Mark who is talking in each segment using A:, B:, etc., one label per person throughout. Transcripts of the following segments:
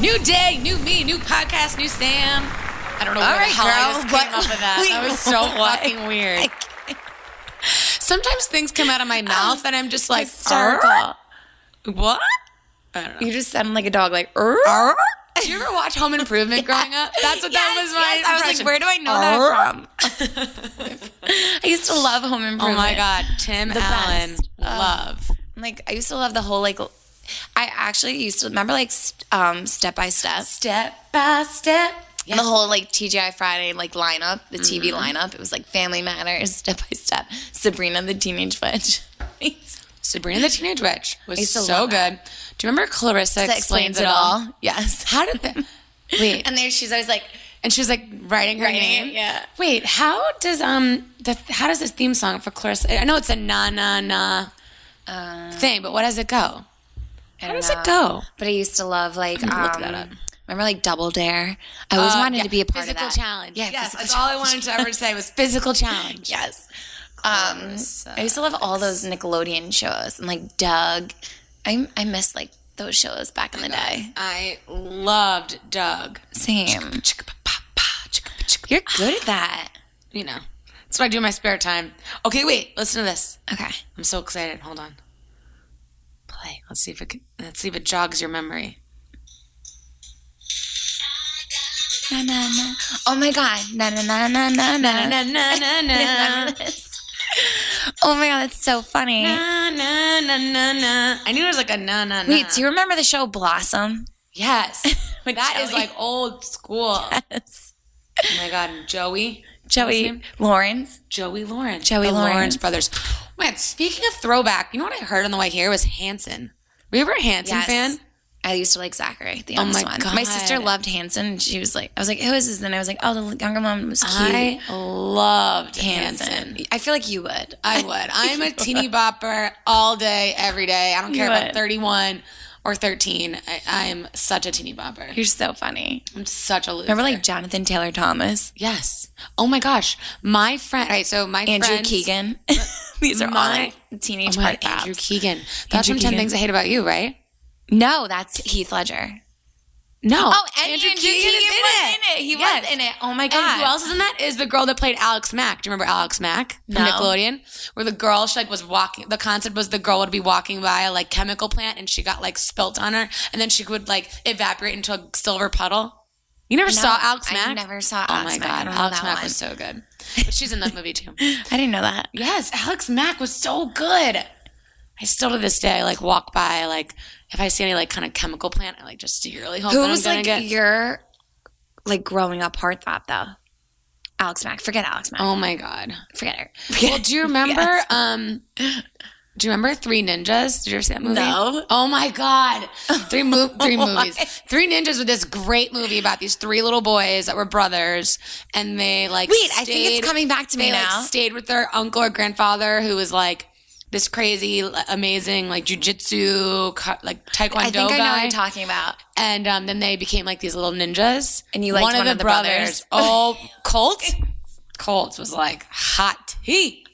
A: New day, new me, new podcast, new Sam. I don't know
B: All
A: where
B: right,
A: the hell I
B: girl.
A: just
B: What-
A: came up with that.
B: we-
A: that was so
B: what-
A: fucking weird. Um,
B: I can't. Sometimes things come out of my mouth and I'm just like,
A: hysterical.
B: "Arr."
A: what? I don't know.
B: you just sound like a dog, like, "Arr."
A: Did you ever watch Home Improvement growing up? That's what that
B: Yes,
A: was
B: yes. I was like,
A: my impression.
B: where do I know
A: Arr.
B: that from? I used to love Home Improvement.
A: Oh my god, Tim
B: The
A: Allen,
B: best. Oh.
A: love.
B: Like I used to love the whole like. l- I actually used to remember like st- um, step by step,
A: Step by step.
B: the whole like TGI Friday like lineup, the TV lineup. It was like Family Matters, Step by Step, Sabrina the Teenage Witch.
A: Sabrina the Teenage Witch was
B: used to
A: so
B: love that.
A: good. Do you remember Clarissa
B: That
A: explains, it all?
B: Yes.
A: How did that? Wait,
B: And there she's always like,
A: and she was like writing her
B: Writing
A: name.
B: it, yeah.
A: Wait, how does um the how does this theme song for Clarissa? I know it's a na na na
B: um,
A: thing, but what does it go?
B: I
A: How
B: don't
A: does it
B: know.
A: go?
B: But I used to love like um,
A: gonna look that up.
B: Remember like Double Dare? I always
A: Uh,
B: wanted
A: yeah,
B: to be a part
A: physical
B: of that.
A: challenge.
B: Yeah,
A: yes,
B: physical
A: that's all I wanted to ever say was physical challenge.
B: Yes. Um, I used to love all those Nickelodeon shows and like Doug. I I miss like those shows back in the day.
A: I loved Doug.
B: Same.
A: You're
B: You're good at that.
A: you know, that's what I do in my spare time. Okay, wait, listen to this.
B: Okay.
A: I'm so excited. Hold on. Play. Let's see if it can, let's see if it jogs your memory.
B: Na, na, na. Oh my god. Na na na na na na. na.
A: na na
B: na. Oh my god, that's so funny.
A: Na, na, na, na, na. I knew there was like a na na na.
B: Wait, do you remember the show Blossom?
A: yes.
B: With
A: that is
B: Joey.
A: like old school.
B: Yes.
A: Oh my god, and Joey. What's his
B: Joey
A: name?
B: Lawrence.
A: Joey Lawrence.
B: Joey
A: the Lawrence
B: Lawrence.
A: brothers. Man, speaking of throwback, you know what I heard on the way here was Hanson. Were you ever a Hanson
B: Yes.
A: fan?
B: I used to like Zachary, the
A: Oh
B: youngest
A: my
B: one. My sister
A: God.
B: loved Hanson. and She was like, I was like, who is this? And I was like, oh, the younger one was cute.
A: I loved Hanson.
B: I feel like you would.
A: I would. I'm a teeny bopper all day, every day. I don't care
B: You
A: if I'm
B: would.
A: 31 or 13. I, I'm such a teeny bopper.
B: You're so funny.
A: I'm such a loser.
B: Remember like Jonathan Taylor Thomas,
A: Yes. Oh my gosh. My friend. All right. So my
B: Andrew
A: friends-
B: Keegan. These are
A: My-
B: all like teenage
A: Oh my
B: heart
A: God, Andrew
B: apps.
A: Keegan. That's
B: Andrew
A: from 10
B: Keegan.
A: Things I Hate About You, right?
B: No, that's Heath Ledger.
A: No.
B: Oh, and Andrew, Keegan, was in it. He
A: Yes.
B: was in it. Oh my
A: And
B: god.
A: who else is in that? Is the girl that played Alex Mack. Do you remember Alex Mack
B: No.
A: from Nickelodeon? Where the girl she like was walking. The concept was the girl would be walking by a like chemical plant and she got like spilt on her, and then she would like evaporate into a silver puddle. You never
B: No,
A: saw Alex
B: I
A: Mack?
B: never saw
A: Oh
B: Alex
A: my
B: Mack. I
A: god,
B: don't know
A: Alex
B: that
A: Mack
B: one.
A: was so good. But she's in that movie too.
B: I didn't know that.
A: Yes, Alex Mack was so good. I still to this day like walk by like if I see any like kind of chemical plant, I like just secretly hope
B: Who
A: that I'm
B: was
A: gonna
B: like
A: get.
B: your like growing up heartthrob though? Alex Mack. Forget Alex Mack.
A: oh my god.
B: Forget her.
A: Well, do you remember? Um, do you remember Three Ninjas? Did you ever see that movie?
B: No.
A: Oh my god! Three mo- three movies. Three Ninjas was this great movie about these three little boys that were brothers, and they like.
B: Wait, I think
A: stayed-
B: it's coming back to me
A: They like
B: now.
A: stayed with their uncle or grandfather, who was like this crazy, l- amazing like jujitsu, co- like taekwondo
B: I think I know
A: guy
B: what you're talking about.
A: and um, then they became like these little ninjas.
B: And you liked one of the brothers.
A: Oh, Colt. Colt was like hot tea.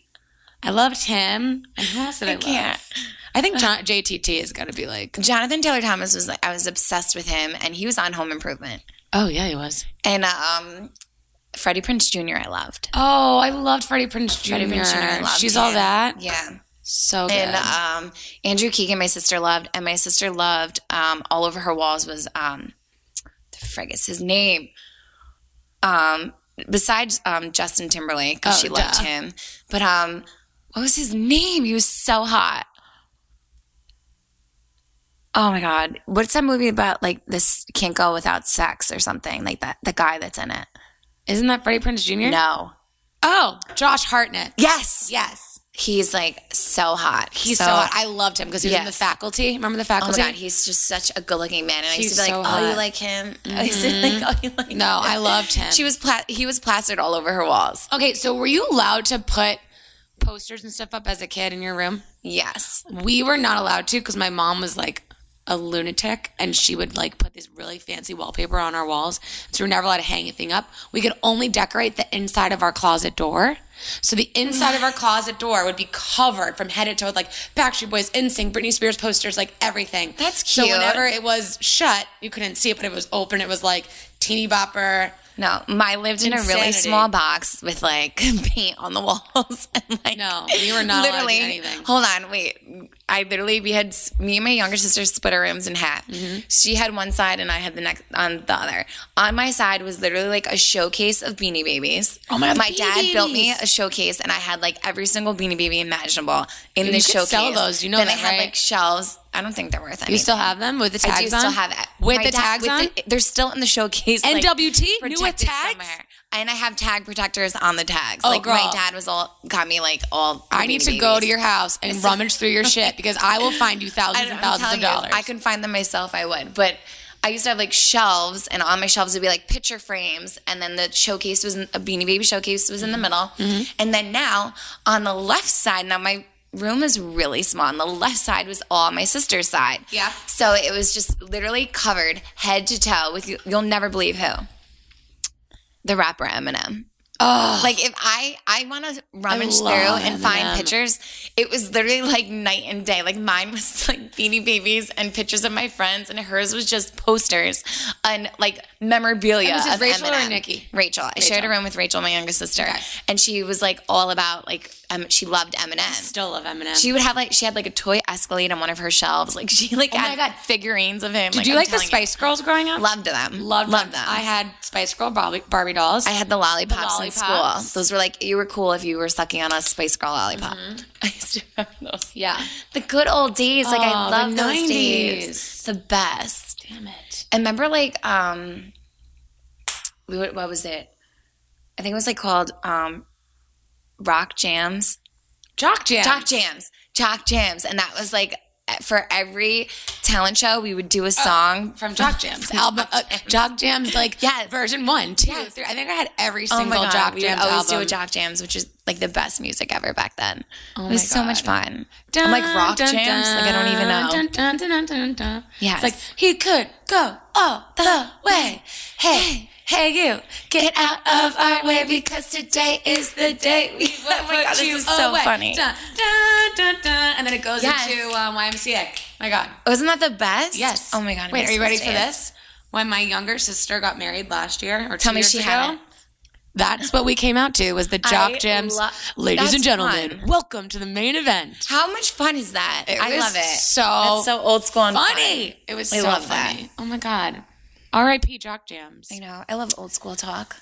A: I loved him. And who else did I,
B: I can't.
A: love? I think John, JTT is gonna be like.
B: Jonathan Taylor Thomas was like I was obsessed with him, and he was on Home Improvement.
A: Oh yeah, he was.
B: And um, Freddie Prince Jr. I loved.
A: Oh, I loved Freddie Prince Jr.
B: Freddie Prinze Jr. I loved
A: She's all
B: him.
A: that.
B: Yeah.
A: So good.
B: And um, Andrew Keegan, my sister loved, and my sister loved. Um, all over her walls was um, the frig is his name. Um, besides um Justin Timberlake, 'cause
A: Oh,
B: she loved
A: duh.
B: him. But um, what was his name? He was so hot. Oh my god, what's that movie about? Like this can't go without sex or something like that. The guy that's in it.
A: Isn't that Freddie Prince Jr.?
B: No.
A: Oh, Josh Hartnett.
B: Yes.
A: Yes.
B: He's like so hot.
A: He's so, hot. I loved him because he was in the
B: Yes.
A: faculty. Remember the
B: Oh my
A: faculty?
B: god, he's just such a good-looking man, and I used to
A: He's
B: be like,
A: so
B: "Oh,
A: hot. Mm-hmm.
B: you like him?" I used to be like, "Oh, you like?" him?"
A: no, I loved him.
B: She was pla- he was plastered all over her walls.
A: Okay, so were you allowed to put posters and stuff up as a kid in your room?
B: Yes,
A: We were not allowed to because my mom was like, a lunatic and she would like put this really fancy wallpaper on our walls. So we were never allowed to hang anything up. We could only decorate the inside of our closet door. So the inside of our closet door would be covered from head to toe with like Backstreet Boys, NSYNC, Britney Spears posters, like everything.
B: That's
A: So
B: cute.
A: whenever it was shut, you couldn't see it, but if it was open, it was like teeny bopper.
B: No, my lived in a really
A: Insanity.
B: small box with like paint on the walls and like
A: No, we were not allowed to do anything.
B: Hold on, wait. I literally we had s- me and my younger sister split our rooms in half.
A: Mm-hmm.
B: She had one side and I had the next on the other. On my side was literally like a showcase of Beanie Babies.
A: Oh my God, the
B: My
A: Beanie
B: dad built me
A: Babies.
B: a showcase and I had like every single Beanie Baby imaginable in
A: You
B: the
A: could
B: showcase.
A: sell those, you know
B: Then
A: that,
B: I had
A: right?
B: like shelves. I don't think they're worth anything.
A: You still have them with the
B: I
A: tags
B: do
A: on?
B: still have it.
A: With
B: My
A: the
B: dad-
A: tags
B: with
A: on?
B: the- they're still in the showcase. like,
A: NWT? New with
B: protected
A: tags?
B: And I have tag protectors on the tags.
A: Oh,
B: like my
A: girl.
B: dad was all got me like all.
A: I
B: the
A: need
B: Beanie
A: to go to
B: Babies.
A: your house and rummage through your shit because I will find you
B: I,
A: thousands
B: don't-
A: and
B: I'm
A: thousands
B: telling
A: of
B: you, if
A: dollars.
B: I could find them myself. I would, but. I used to have like shelves, and on my shelves would be like picture frames, and then the showcase was in, a Beanie Baby showcase was in the middle,
A: Mm-hmm.
B: and then now on the left side, now my room is really small, and the left side was all my sister's side.
A: Yeah.
B: So it was just literally covered head to toe with you, you'll never believe who. The rapper Eminem.
A: Ugh.
B: Like if I I want to rummage through
A: love
B: and find
A: Eminem.
B: pictures, it was literally like night and day. Like mine was like Beanie Babies and pictures of my friends, and hers was just posters and like memorabilia.
A: And was this
B: of
A: Rachel or
B: Eminem.
A: Nikki?
B: Rachel. I shared a room with Rachel, my younger sister, and she was like all about like um, she loved Eminem.
A: still love Eminem.
B: She would have like she had like a toy Escalade on one of her shelves. Like she like
A: Oh my
B: had
A: God.
B: figurines of him.
A: Did you
B: I'm
A: like the
B: telling you.
A: Spice Girls growing up?
B: Loved them.
A: Loved,
B: loved
A: them.
B: them.
A: I had Spice Girl Barbie, Barbie dolls.
B: I had the lollipops,
A: The
B: in
A: lollipops.
B: school. Those were like you were cool if you were sucking on a Spice Girl lollipop. I used to have those.
A: Mm-hmm. yeah.
B: The good old days, like I
A: Oh, the
B: love those
A: 90s.
B: days. The best.
A: Damn it.
B: I remember like um, we would, what was it? I think it was like called um, Rock Jams.
A: Jock Jam.
B: Jock jams, jock jams, and that was like for every talent show we would do
A: Oh.
B: a song
A: from Jock Jams. album. Uh, Jock Jams, like
B: Yes.
A: version one, two, three.
B: Yes.
A: I think I had every
B: Oh
A: single
B: my god,
A: Jock
B: we
A: Jams
B: would always
A: album.
B: do a jock jams, which is like the best music ever back then.
A: Oh
B: it was
A: my
B: so much fun. I'm like rock
A: Dun, dun,
B: jams, like I don't even know.
A: dun, dun, dun, dun, dun, dun.
B: Yes.
A: It's like he could go all the way. Hey, hey you, get out of our way because today is the day we will
B: Oh my God,
A: put
B: this
A: you
B: is so
A: away.
B: funny.
A: Dun, dun, dun, dun. And then it goes
B: Yes.
A: into um, YMCA. My God.
B: Wasn't that the best?
A: Yes.
B: Oh my god. I
A: Wait,
B: miss
A: are you ready
B: those
A: for
B: days.
A: this? When my younger sister got married last year, or
B: Tell
A: two
B: me
A: years
B: she
A: ago,
B: hadn't.
A: That's what we came out to was the
B: I
A: Jock Jams.
B: lo-
A: Ladies
B: That's
A: and gentlemen,
B: fun.
A: welcome to the main event.
B: How much fun is that?
A: It
B: I
A: was
B: love it.
A: so
B: That's so old school and
A: Funny. It was
B: I
A: so
B: love that.
A: funny. Oh my god. R.I.P. Jock Jams.
B: Fun. I know. I love old school talk.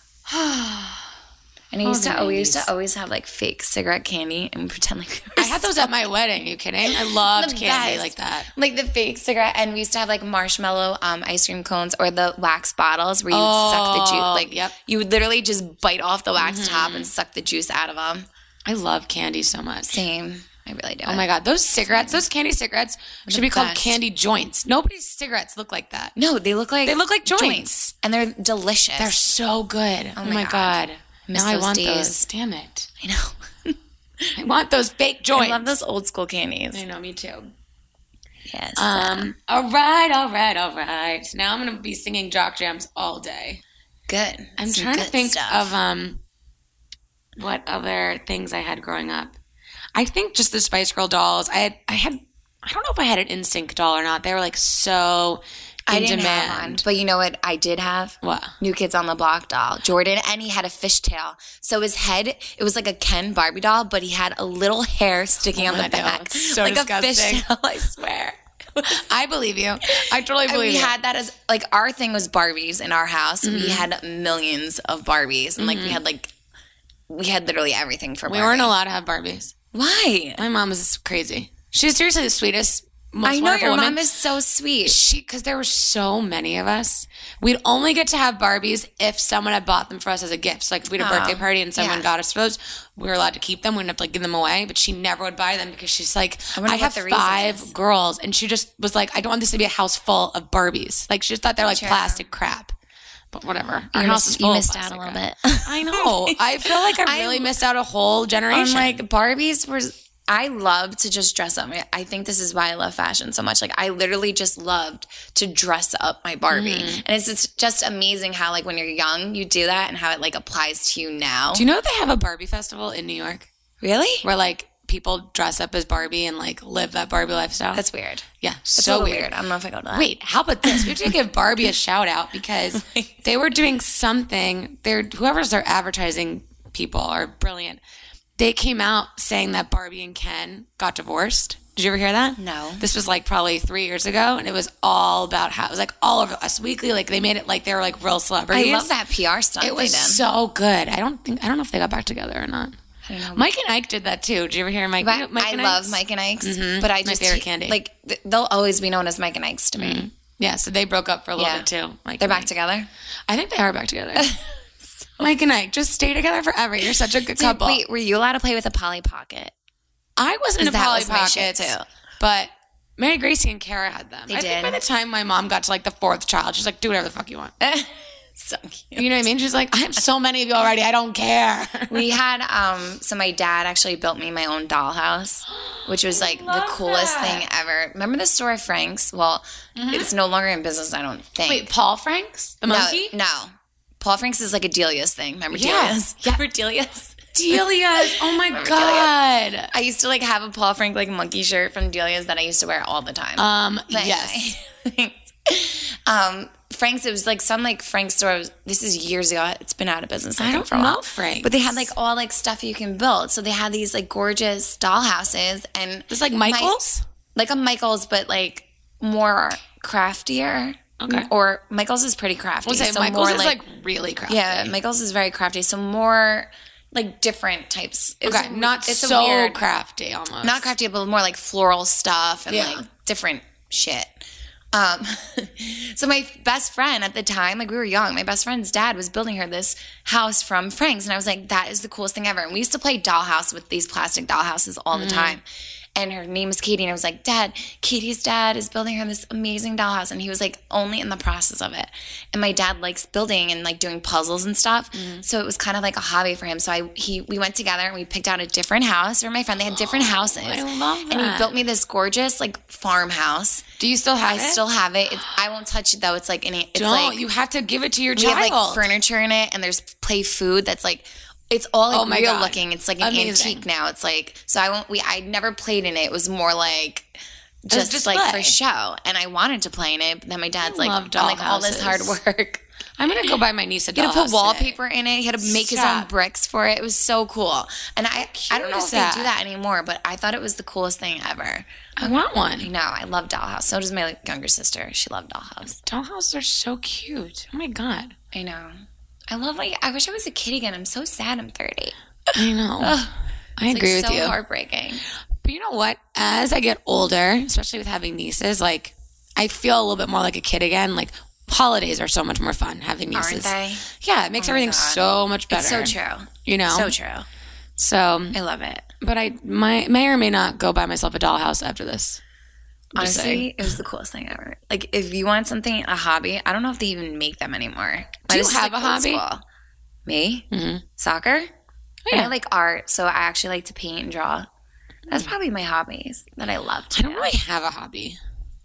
B: And I used to
A: the
B: always to always have like fake cigarette candy and pretend like we were
A: I had those at my wedding. you kidding? I loved
B: The
A: candy
B: best.
A: like that.
B: like the fake cigarette and we used to have like marshmallow um, ice cream cones or the wax bottles where you would suck the
A: Oh,
B: juice like
A: yep. Mm-hmm.
B: you would literally just bite off the wax top and suck the juice out of them
A: I love candy so much.
B: same i really do
A: Oh my god, those cigarettes, those candy cigarettes should be called
B: best.
A: candy joints. Nobody's cigarettes look like that.
B: no they look like
A: They look like joints.
B: and they're delicious
A: They're so good. Oh my, god.
B: Miss
A: Now I
B: those
A: want
B: days.
A: those. Damn it.
B: i know
A: I want those fake joints.
B: i love those old school candies
A: I know, me too.
B: yes
A: Um, all right, all right, all right. Now I'm gonna be singing Jock Jams all day.
B: good
A: I'm
B: Some
A: trying to
B: good
A: think
B: stuff.
A: of um what other things I had growing up. I think just the Spice Girl dolls. I had I had I don't know if I had an NSYNC doll or not. They were like so in
B: I didn't
A: demand.
B: have one, but you know what? I did have
A: What?
B: New Kids on the Block doll, Jordan, and he had a fishtail. So his head, it was like a Ken Barbie doll, but he had a little hair sticking on the
A: Oh my God,
B: back,
A: it's so
B: like
A: disgusting.
B: a fishtail. I swear.
A: I believe you. I totally
B: And
A: believe
B: we
A: you.
B: had that as like our thing was Barbies in our house.
A: Mm-hmm.
B: We had millions of Barbies, and like we had like we had literally everything for.
A: we
B: Barbie.
A: weren't allowed to have Barbies.
B: Why?
A: My mom is crazy. She's seriously the sweetest. Most
B: I know
A: wonderful
B: your
A: woman.
B: mom is so sweet.
A: she because there were so many of us we'd only get to have barbies if someone had bought them for us as a gift so, like we had a
B: Oh,
A: birthday party and someone
B: yeah.
A: got us those we were allowed to keep them we didn't have to like give them away but she never would buy them because she's like
B: I
A: i,
B: wonder what
A: have
B: the reason
A: five
B: is.
A: girls and she just was like i don't want this to be a house full of barbies like she just thought they're like
B: Sure.
A: plastic crap but whatever our
B: You
A: house
B: missed-
A: is
B: you
A: full of
B: missed out a
A: plastic
B: little
A: crap.
B: bit.
A: i know i feel like i really missed out a whole
B: I'm
A: generation
B: like Barbies were I love to just dress up. I- I think this is why I love fashion so much. Like I literally just loved to dress up my Barbie,
A: Mm-hmm.
B: and it's just, just amazing how like when you're young you do that and how it like applies to you now.
A: Do you know they have a Barbie festival in New York
B: really?
A: where like people dress up as Barbie and like live that Barbie lifestyle?
B: That's weird.
A: yeah,
B: That's a
A: so
B: little
A: weird.
B: I don't know if I go to that.
A: Wait, how about this? We have to give Barbie a shout out because they were doing something. They're whoever's their advertising people are brilliant. They came out saying that Barbie and Ken got divorced. Did you ever hear that?
B: No.
A: This was like probably three years ago, and it was all about how it was like all over Us Weekly. Like they made it like they were like real
B: I
A: celebrities.
B: love that PR stuff.
A: It was
B: they did.
A: so good. I don't think I don't know if they got back together or not.
B: I don't know.
A: Mike and Ike did that too. Did you ever hear Mike?
B: But
A: Mike
B: I
A: and
B: love
A: Ike's? Mm-hmm.
B: Mike and Ike's, but I
A: My
B: just
A: favorite candy. Mm-hmm.
B: like th- they'll always be known as Mike and Ike's to me.
A: Yeah, so they broke up for a little
B: Yeah.
A: bit too. Mike
B: They're
A: and
B: back together.
A: I think they are back together. Mike and Ike just stay together forever. You're such a good
B: Dude,
A: couple.
B: wait, were you allowed to play with a Polly Pocket?
A: I wasn't into
B: that
A: Polly
B: was my shit,
A: Pockets,
B: too.
A: but Mary Gracie and Kara had them.
B: They
A: I
B: did.
A: think by the time my mom got to like the fourth child, she's like, "Do whatever the fuck you want."
B: so cute.
A: You know what I mean? She's like, "I have so many of you already. I don't care."
B: We had um so my dad actually built me my own dollhouse, which was like the
A: love
B: coolest
A: that. Mm-hmm.
B: thing ever. Remember the store Frank's? Well, it's no longer in business, I don't think.
A: Wait, Paul Franks, the
B: no,
A: monkey,
B: no. Paul Frank's is like a Delia's thing. Remember
A: Yeah.
B: Delia's? Yeah. Remember Delia's?
A: Delia's. Oh my god.
B: I used to like have a Paul Frank like monkey shirt from Delia's that I used to wear all the time.
A: Um.
B: But
A: yes.
B: anyway. um, Frank's, it was like some like Frank's store. It was- This is years ago. It's been out of business. I,
A: I
B: think,
A: don't
B: for a while.
A: know Franks,
B: But they had like all like stuff you can build. So they had these like gorgeous dollhouses and
A: It's like
B: my-
A: Michaels.
B: like a Michaels, but like more craftier.
A: Okay.
B: Or Michaels is pretty crafty.
A: We'll say
B: so
A: Michaels
B: more
A: is like, really crafty.
B: yeah, Michaels is very crafty. So more like different types. It's
A: Okay.
B: a-
A: Not
B: it's a
A: so
B: weird-
A: crafty. Almost
B: not crafty, but more like floral stuff and
A: Yeah.
B: like different shit. Um, so my best friend at the time, like we were young, my best friend's dad was building her this house from Frank's, and I was like, that is the coolest thing ever. And we used to play dollhouse with these plastic dollhouses all the
A: Mm-hmm.
B: time. And her name was Katie, and I was like, Dad, Katie's dad is building her this amazing dollhouse, and he was like only in the process of it. And my dad likes building and like doing puzzles and stuff,
A: Mm-hmm.
B: so it was kind of like a hobby for him. So I he we went together and we picked out a different house for my friend. They had different houses.
A: I love
B: And he
A: that.
B: built me this gorgeous like farmhouse.
A: Do you still have
B: I
A: it?
B: still have it. It's, I won't touch it though. It's like any. It's
A: don't.
B: like
A: you have to give it to your
B: we
A: child.
B: have like furniture in it, and there's play food that's like. It's all like
A: Oh my
B: real
A: God.
B: looking. It's like an
A: Amazing.
B: antique now. It's like so I won't. We I never played in it. It was more like
A: was
B: just like
A: display.
B: for show. And I wanted to play in it, but then my dad's like,
A: love
B: I'm like all this hard
A: dollhouses.
B: work.
A: I'm gonna go buy my niece a
B: He had to
A: dollhouse
B: put
A: today.
B: wallpaper in it. He had to make his
A: Stop.
B: own bricks for it. It was so cool. And I I don't know
A: is
B: if
A: that?
B: they do that anymore, but I thought it was the coolest thing ever.
A: I want one.
B: No, I love Dollhouse. So does my like, younger sister. She loved Dollhouse.
A: Dollhouses are so cute. Oh my god.
B: I know. I love like I wish I was a kid again. I'm so sad I'm 30. It's
A: I know. I
B: like
A: agree
B: so
A: with you.
B: heartbreaking.
A: But you know what? As I get older, especially with having nieces, like I feel a little bit more like a kid again. Like holidays are so much more fun having
B: Aren't
A: nieces.
B: they?
A: Yeah, it makes everything
B: God.
A: so much better.
B: It's so true.
A: You know.
B: So true.
A: So,
B: I love it.
A: but I my, may or may not go buy myself a dollhouse after this. I'm just saying.
B: Honestly, it was the coolest thing ever. Like if you want something a hobby, I don't know if they even make them anymore.
A: Do you
B: This is,
A: have
B: like,
A: a
B: old
A: hobby?
B: school. Me?
A: Mhm.
B: Soccer?
A: Yeah.
B: I like art, so I actually like to paint and draw. That's probably my hobbies that I love. To
A: Hmm. I don't really have a hobby.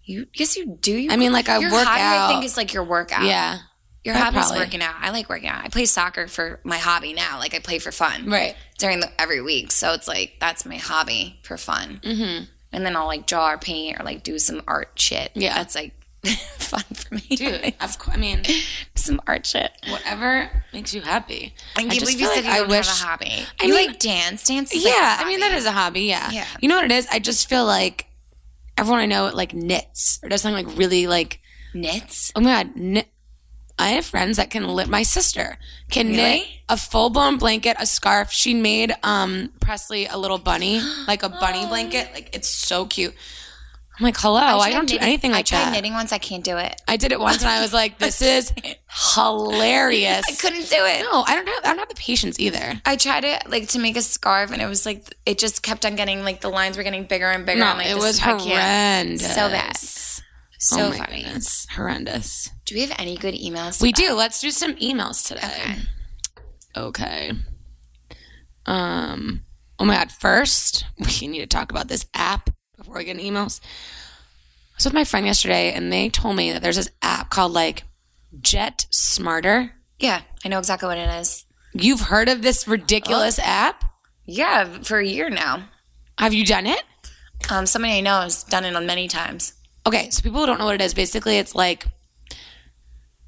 B: You yes you do. You
A: I mean, like I
B: your
A: work
B: hobby
A: out.
B: I think is like your workout.
A: yeah.
B: Your
A: I
B: hobby is
A: probably-
B: working out. I like working out. I play soccer for my hobby now. Like I play for fun
A: Right.
B: during the every week. So it's like that's my hobby for fun.
A: Mm-hmm.
B: And then I'll like draw or paint or like do some art shit.
A: Yeah.
B: that's like fun for me.
A: Mm. Dude, of course. I mean,
B: some art shit.
A: whatever makes you happy.
B: I can't
A: just
B: believe you
A: feel
B: said
A: like
B: you
A: I
B: don't
A: wish-
B: have a hobby.
A: I
B: you
A: mean-
B: like dance. Dance. Is like a
A: Yeah, I mean
B: hobby.
A: that is a hobby. Yeah.
B: Yeah.
A: You know what it is? I just feel like everyone I know like knits or does something like really like
B: knits.
A: oh my god knit. I have friends that can knit. My sister can knit
B: Really?
A: a full blown blanket, a scarf. She made um Presley a little bunny, like a
B: Oh.
A: bunny blanket. Like it's so cute. I'm like, hello. Oh, I,
B: tried
A: don't do
B: knitting-
A: anything like
B: I tried
A: that.
B: knitting once. I can't do it.
A: I did it once, and I was like, this is hilarious.
B: I couldn't do it.
A: No, I don't have. I don't have the patience either.
B: I tried it like to make a scarf, and it was like it just kept on getting like the lines were getting bigger and bigger.
A: No,
B: I'm like,
A: it
B: this-
A: was
B: I can't.
A: horrendous.
B: So bad. So
A: oh my
B: funny.
A: goodness, horrendous.
B: Do we have any good emails?
A: We do. Let's do some emails today.
B: Okay.
A: Okay. Um. Oh my God. First, we need to talk about this app before we get into emails. I was with my friend yesterday and they told me that there's this app called like Jet Smarter.
B: Yeah, I know exactly what it is.
A: You've heard of this ridiculous app?
B: Yeah, for a year now.
A: Have you done it?
B: Um, somebody I know has done it many times.
A: Okay, so people who don't know what it is. Basically, it's like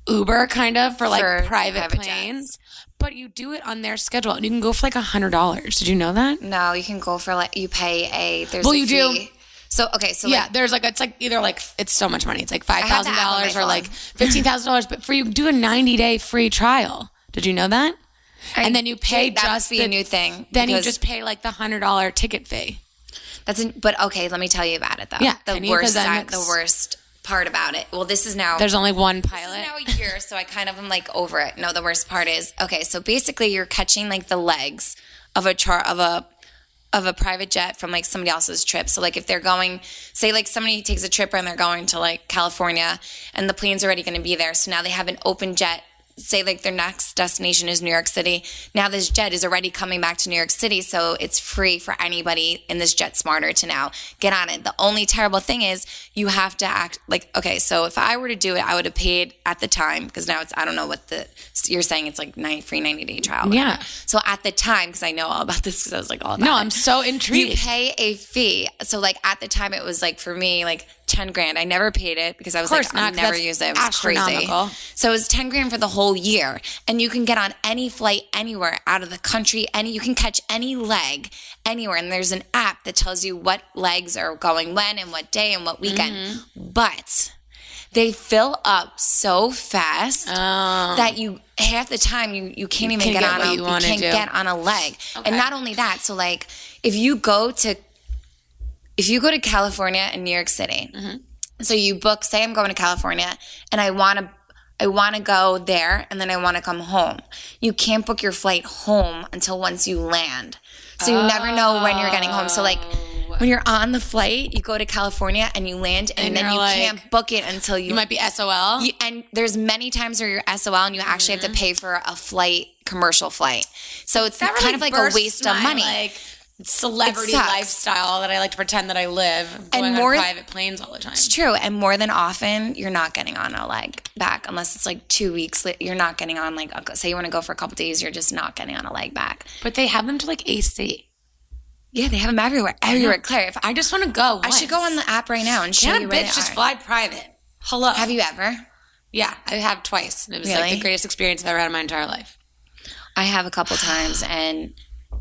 A: Uber kind of for like
B: For
A: private,
B: private
A: planes, but you do it on their schedule and you can go for like a hundred dollars. Did you know that?
B: No, you can go for like you pay a there's
A: Well,
B: a
A: you do.
B: fee. So okay, so
A: yeah, there's like it's like either like it's so much money. It's like five
B: have the
A: thousand
B: app on my
A: dollars or
B: phone.
A: like fifteen thousand dollars, but for you do a ninety day free trial. Did you know that?
B: I-
A: and then you pay
B: that must
A: just
B: be a
A: the-
B: new thing.
A: Then you
B: because
A: just pay like the hundred dollar ticket fee.
B: that's a, but okay. Let me tell you about it though.
A: Yeah,
B: the
A: can you?
B: worst
A: 'Cause I'm
B: side,
A: ex-
B: the worst part about it. Well, this is now
A: There's only one
B: This
A: pilot.
B: is now a year, so I kind of am like over it. No, the worst part is okay. So basically, you're catching like the legs of a char of a of a private jet from like somebody else's trip. So like if they're going, say like somebody takes a trip and they're going to like California, and the plane's already going to be there. So now they have an open jet. Say like their next destination is New York City. Now this jet is already coming back to New York City, so it's free for anybody in this jet smarter to now get on it. The only terrible thing is you have to act like okay. So if I were to do it, I would have paid at the time because now it's I don't know what the you're saying it's like nine free ninety day trial. whatever.
A: Yeah.
B: So at the time, because I know all about this because I was like all about
A: no,
B: it.
A: I'm so
B: You
A: intrigued.
B: pay a fee. So like at the time it was like for me like 10 grand. I never paid it because I was like
A: course not,
B: I'll
A: 'cause
B: never
A: that's
B: use it. It was crazy.
A: astronomical.
B: So it was 10 grand for the whole year and you can get on any flight anywhere out of the country any you can catch any leg anywhere and there's an app that tells you what legs are going when and what day and what weekend.
A: Mm-hmm.
B: But they fill up so fast that you half the time you, you can't even
A: can't
B: get,
A: get
B: on
A: what
B: a,
A: Oh. you
B: you,
A: wanna
B: can't
A: do.
B: get on a leg.
A: Okay.
B: And not only that, so like if you go to if you go to California and New York City,
A: Mm-hmm.
B: so you book say i'm going to california and i want to i want to go there and then i want to come home you can't book your flight home until once you land so you never know when you're getting home so like when you're on the flight you go to california and you land and,
A: Oh. And
B: then
A: you're
B: you
A: like-
B: can't book it until you,
A: You might be SOL.
B: you- and there's many times where you're SOL and you actually
A: Mm-hmm.
B: have to pay for a flight, commercial flight. So it's kind of like a waste of money.
A: Like celebrity
B: sucks.
A: lifestyle that I like to pretend that I live going
B: more-
A: on private planes all the time.
B: It's true. And more than often, you're not getting on a leg back unless it's like two weeks. li- You're not getting on like, a- say you want to go for a couple days, you're just not getting on a leg back.
A: But they have them to like AC.
B: Yeah, they have them everywhere. Everywhere. Claire, if I,
A: I just want to go.
B: I should go on the app right now and show
A: Can
B: you
A: a
B: where they
A: bitch just
B: are.
A: fly private? Hello.
B: Have you ever?
A: Yeah, I have twice. And it was like
B: Really?
A: the greatest experience I've ever had in my entire life.
B: I have a couple times and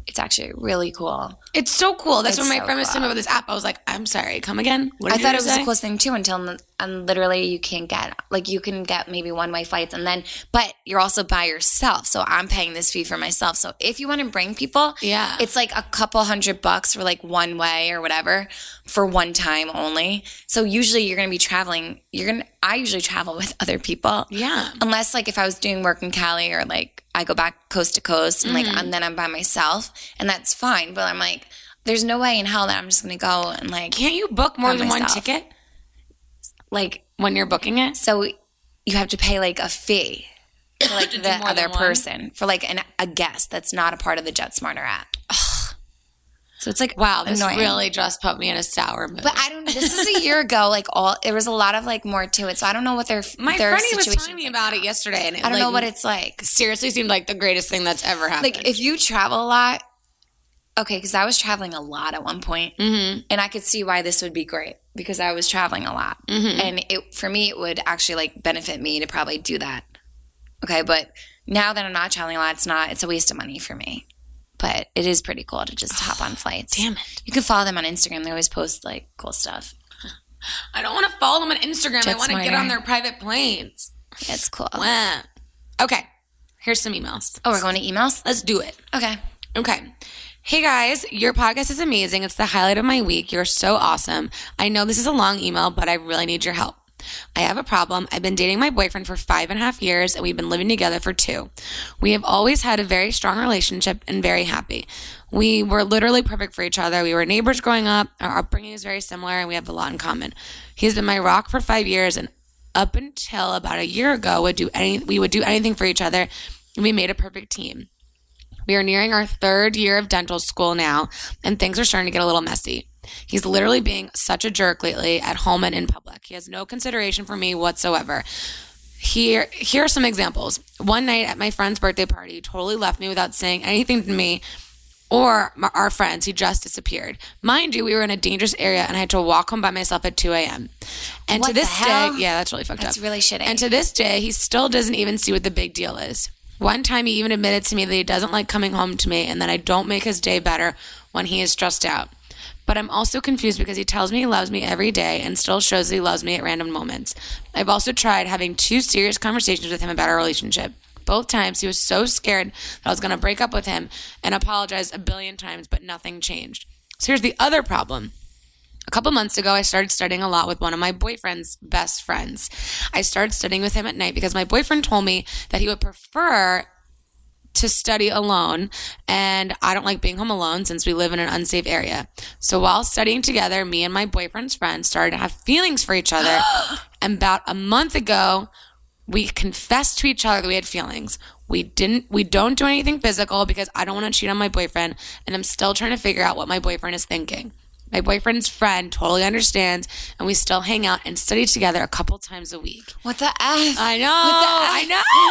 B: it's actually really cool.
A: It's so cool. That's
B: It's
A: when my
B: so
A: friend was
B: cool.
A: talking about this app. I was like, I'm sorry, come again. What
B: I
A: did you
B: thought it was
A: say?
B: the coolest thing too until n- and literally you can't get like you can get maybe one way flights and then but you're also by yourself so I'm paying this fee for myself so if you want to bring people
A: Yeah.
B: it's like a couple hundred bucks for like one way or whatever for one time only so usually you're gonna be traveling you're gonna I usually travel with other people
A: Yeah.
B: unless like if I was doing work in Cali or like I go back coast to coast and
A: Mm-hmm.
B: like and then I'm by myself and that's fine but I'm like there's no way in hell that I'm just gonna go and like
A: Can't you book more
B: By
A: than one
B: myself.
A: ticket
B: like
A: when you're booking it?
B: So you have to pay like a fee for like
A: To do
B: the
A: more than
B: other
A: one?
B: person for like an, a guest that's not a part of the JetSmarter app.
A: So it's like, wow, this
B: Annoying.
A: really just put me in a sour mood.
B: But I don't. This is a year ago. Like all, there was a lot of like more to it. So I don't know what their
A: my
B: their
A: friend he was
B: situation.
A: telling me about it yesterday, and it,
B: I don't
A: like,
B: know what it's like.
A: seriously seemed like the greatest thing that's ever happened.
B: Like if you travel a lot, okay, because I was traveling a lot at one point, and I could see why this would be great because I was traveling a lot, and it for me it would actually like benefit me to probably do that. Okay, but now that I'm not traveling a lot, it's not it's a waste of money for me. But it is pretty cool to just hop on flights.
A: Damn it.
B: You can follow them on Instagram. They always post like cool stuff.
A: I don't want to follow them on Instagram. I
B: Jet
A: want to get
B: smarter.
A: on their private planes.
B: Yeah, it's cool.
A: Wow. Okay. Here's some emails.
B: Oh, we're going to emails?
A: Let's do it.
B: Okay.
A: Okay. Hey guys, your podcast is amazing. It's the highlight of my week. You're so awesome. I know this is a long email, but I really need your help. I have a problem. I've been dating my boyfriend for five and a half years, and we've been living together for two. We have always had a very strong relationship and very happy. We were literally perfect for each other. We were neighbors growing up. Our upbringing is very similar, and we have a lot in common. He's been my rock for five years, and up until about a year ago, would do any we would do anything for each other. and We made a perfect team. We are nearing our third year of dental school now, and things are starting to get a little messy. He's literally being such a jerk lately at home and in public. He has no consideration for me whatsoever. Here, here are some examples. One night at my friend's birthday party, he totally left me without saying anything to me or my, our friends. He just disappeared. Mind you, we were in a dangerous area, and I had to walk home by myself at 2 a.m. And
B: What
A: to
B: the
A: this
B: hell?
A: day, yeah, that's really fucked
B: That's
A: up.
B: really shitty.
A: And to this day, he still doesn't even see what the big deal is. One time, he even admitted to me that he doesn't like coming home to me and that I don't make his day better when he is stressed out. But I'm also confused because he tells me he loves me every day and still shows that he loves me at random moments. I've also tried having two serious conversations with him about our relationship. Both times, he was so scared that I was going to break up with him and apologize a billion times, but nothing changed. So here's the other problem. A couple months ago, I started studying a lot with one of my boyfriend's best friends. I started studying with him at night because my boyfriend told me that he would prefer to study alone, and I don't like being home alone since we live in an unsafe area. So while studying together, me and my boyfriend's friend started to have feelings for each other. and about a month ago, we confessed to each other that we had feelings. We didn't we don't do anything physical because I don't want to cheat on my boyfriend and I'm still trying to figure out what my boyfriend is thinking. My boyfriend's friend totally understands and we still hang out and study together a couple times a week.
B: What the F? I
A: know,
B: I
A: I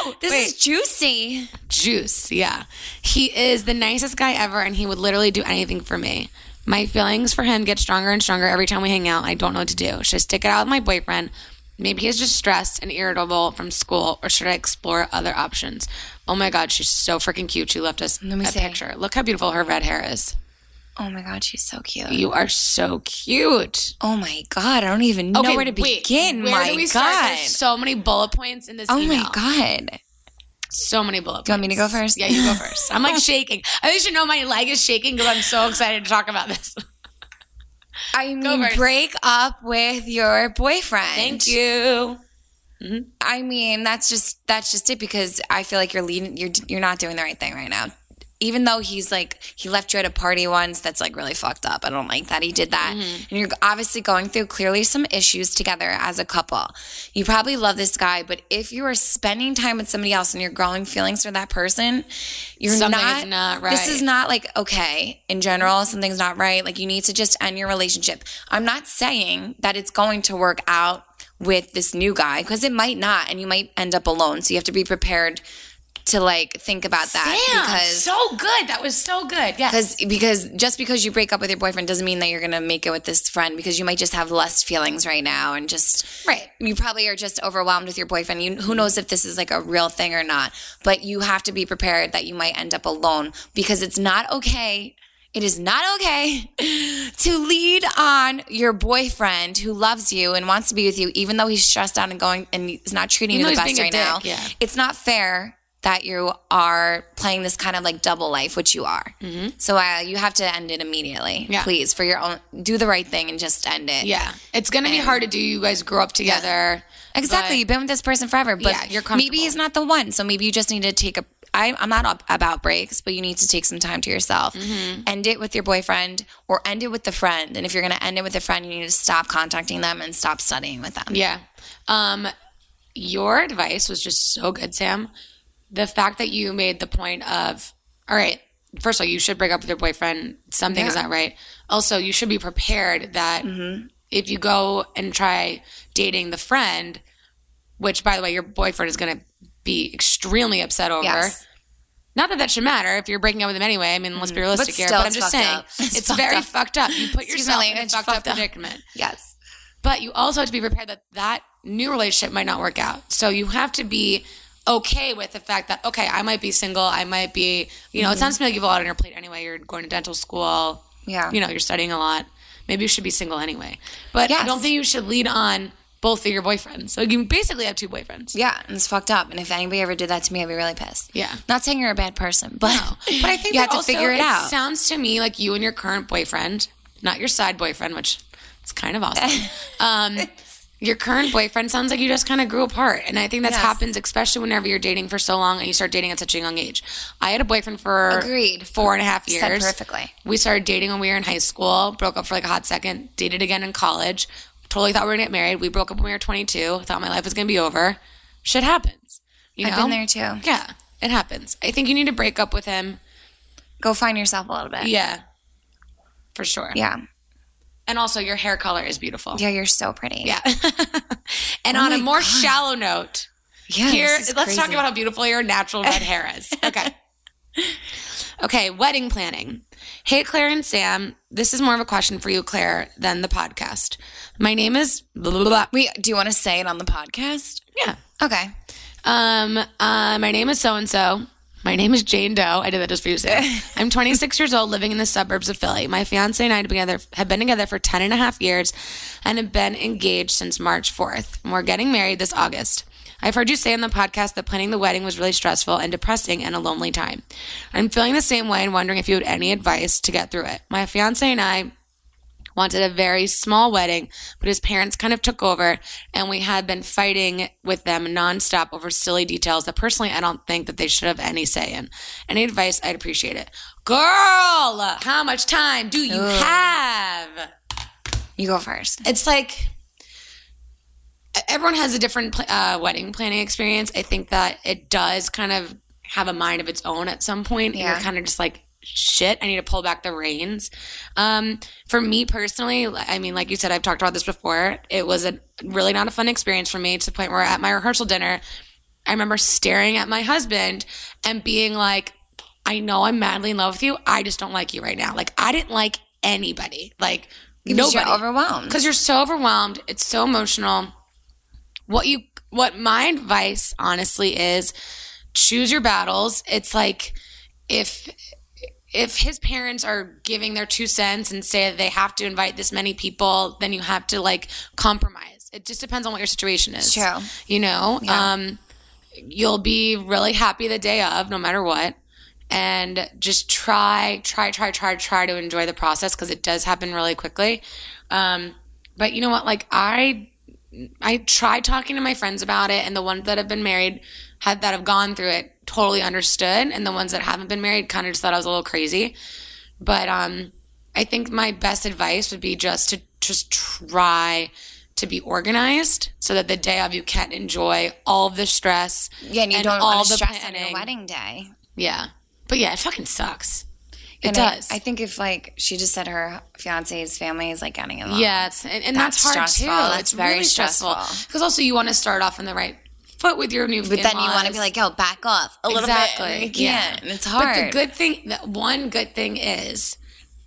A: know.
B: Uh, This
A: Wait.
B: is juicy.
A: Juice, yeah. He is the nicest guy ever, and he would literally do anything for me. My feelings for him get stronger and stronger every time we hang out. and I don't know what to do. Should I stick it out with my boyfriend? Maybe he's just stressed and irritable from school, or should I explore other options? Oh my God, she's so freaking cute. She left us
B: Let me
A: a
B: see.
A: picture. Look how beautiful her red hair is.
B: Oh my god, she's so cute.
A: You are so cute.
B: oh my god, I don't even know where to
A: wait,
B: begin.
A: Where
B: my
A: do we
B: god.
A: start? There's so many bullet points in this
B: oh
A: email.
B: my god.
A: So many bullet points.
B: Do you want me to go first?
A: Yeah, you go first. I'm like shaking. I should know my leg is shaking because I'm so excited to talk about this.
B: I
A: Go
B: mean,
A: first.
B: break up with your boyfriend.
A: you.
B: I mean, that's just that's just it because I feel like you're leading you're you're not doing the right thing right now. Even though he's like he left you at a party once, that's like really fucked up. I don't like that he did that.
A: Mm-hmm.
B: And you're obviously going through clearly some issues together as a couple. You probably love this guy, but if you are spending time with somebody else and you're growing feelings for that person, you're
A: Something
B: not,
A: is not
B: This is
A: right.
B: not not like okay in general something's not right like you need to just end your relationship i'm not saying that it's going to work out with this new guy because it might not and you might end up alone so you have to be prepared to like think about that because
A: so good. That was so good. Yeah.
B: because because just because you break up with your boyfriend doesn't mean that you're gonna make it with this friend because you might just have less feelings right now and just
A: Right.
B: you probably are just overwhelmed with your boyfriend you who knows if this is like a real thing or not but you have to be prepared that you might end up alone because it's not okay it is not okay to lead on your boyfriend who loves you and wants to be with you even though he's stressed out and going and is not treating
A: Even
B: you the
A: though he's
B: best right
A: being a
B: now
A: dick, yeah.
B: it's not fair that you are playing this kind of like double life, which you are. So uh, you have to end it immediately,
A: Mm-hmm. Yeah.
B: please. For your own, do the right thing and just end it.
A: Yeah. It's gonna be hard to do. You guys grew up together.
B: exactly. You've been with this person forever, but
A: Yeah, you're
B: maybe
A: comfortable.
B: he's not the one. So maybe you just need to take a. I, I'm not up about breaks, but you need to take some time to yourself.
A: Mm-hmm.
B: End it with your boyfriend or end it with the friend. And if you're going to end it with a friend, you need to stop contacting them and stop studying with them.
A: But- yeah. Um, your advice was just so good, Sam. The fact that you made the point of, all right, first of all, you should break up with your boyfriend. Something is
B: Yeah. Mm-hmm.
A: not right. Also, you should be prepared that if you go and try dating the friend, which by the way, your boyfriend is going to be extremely upset over.
B: Yes. Mm-hmm.
A: Not that that should matter if you're breaking up with him anyway. I mean, let's be realistic here.
B: still,
A: But I'm
B: it's
A: just
B: fucked
A: saying,
B: up.
A: it's,
B: It's fucked
A: very
B: up.
A: fucked up. You put
B: Excuse
A: yourself
B: my
A: in a
B: language,
A: fucked, up
B: fucked up.
A: predicament.
B: Yes.
A: But you also have to be prepared that that new relationship might not work out. So you have to be okay with the fact that okay, I might be single. I might be, you
B: Mm-hmm.
A: know, it sounds to me like you have a lot on your plate anyway. You're going to dental school.
B: Yeah.
A: You know, you're studying a lot. Maybe you should be single anyway. But I
B: Yes.
A: don't think you should lead on both of your boyfriends. So you basically have two boyfriends.
B: Yeah, and it's fucked up. And if anybody ever did that to me, I'd be really pissed.
A: Yeah.
B: Not saying you're a bad person, but
A: No. But I
B: Oh.
A: think
B: you
A: that
B: have to
A: also
B: figure it, out.
A: Sounds to me like you and your current boyfriend, not your side boyfriend, which it's kind of awesome. um, your current boyfriend sounds like you just kind of grew apart, and I think that
B: Yes.
A: happens especially whenever you're dating for so long and you start dating at such a young age. I had a boyfriend for
B: Agreed.
A: four and a half years.
B: Said perfectly.
A: We started dating when we were in high school, broke up for like a hot second, dated again in college. Totally thought we were gonna get married. We broke up when we were 22. Thought my life was gonna be over. Shit happens. You
B: I've
A: know?
B: been there too.
A: Yeah, it happens. I think you need to break up with him.
B: Go find yourself a little bit.
A: Yeah. For sure.
B: Yeah.
A: And also, your hair color is beautiful.
B: Yeah, you're so pretty.
A: Yeah. and
B: Oh
A: on a
B: my
A: more
B: God.
A: shallow note,
B: Yeah.
A: here,
B: this is
A: let's talk
B: crazy.
A: about how beautiful your natural red hair is. Okay. Okay, wedding planning. Hey, Claire and Sam, this is more of a question for you, Claire, than the podcast. My name is blah, blah, blah.
B: We do you want to say it on the podcast?
A: Yeah.
B: Okay.
A: Um, uh, my name is so and so. My name is Jane Doe. I did that just for you, Sam. I'm 26 years old, living in the suburbs of Philly. My fiance and I have been together, have been together for 10 and a half years and have been engaged since March 4th. And we're getting married this August. I've heard you say on the podcast that planning the wedding was really stressful and depressing and a lonely time. I'm feeling the same way and wondering if you had any advice to get through it. My fiance and I wanted a very small wedding, but his parents kind of took over, and we had been fighting with them nonstop over silly details that personally I don't think that they should have any say in. Any advice, I'd appreciate it. Girl, how much time do you
B: Ugh.
A: have?
B: You go first.
A: It's like everyone has a different pl- uh, wedding planning experience. I think that it does kind of have a mind of its own at some point. And
B: Yeah.
A: you're kind of just like, shit, I need to pull back the reins. Um, for me personally, li- I mean, like you said, I've talked about this before. It was a really not a fun experience for me to the point where at my rehearsal dinner, I remember staring at my husband and being like, I know I'm madly in love with you. I just don't like you right now. Like I didn't like anybody. Like
B: Because
A: nobody
B: You're overwhelmed.
A: because you're so overwhelmed it's so emotional what you what my advice honestly is choose your battles it's like if if his parents are giving their two cents and say that they have to invite this many people then you have to like compromise it just depends on what your situation is
B: It's true.
A: you know
B: Yeah.
A: um you'll be really happy the day of no matter what and just try try try try try to enjoy the process because it does happen really quickly um but you know what like i i tried talking to my friends about it and the ones that have been married had that have gone through it totally understood and the ones that haven't been married kind of just thought i was a little crazy but um i think my best advice would be just to just try to be organized so that the day of you can enjoy all of the stress
B: Yeah, and you
A: and
B: don't all
A: all
B: want to
A: the
B: stress on
A: planning.
B: your wedding day.
A: yeah but yeah it fucking sucks it
B: And I-
A: does
B: I, think if like she just said her fiance's family is like getting along.
A: Yeah, it's, and, and that's,
B: That's
A: hard too.
B: stressful. That's
A: it's
B: very
A: really stressful
B: stressful.
A: because also you want to start off on the right foot with your new.
B: But then you want to
A: in-laws.
B: be like, yo, back off a little
A: exactly.
B: bit. and you
A: Yeah.
B: can't. And it's hard.
A: But the good thing, the one good thing is,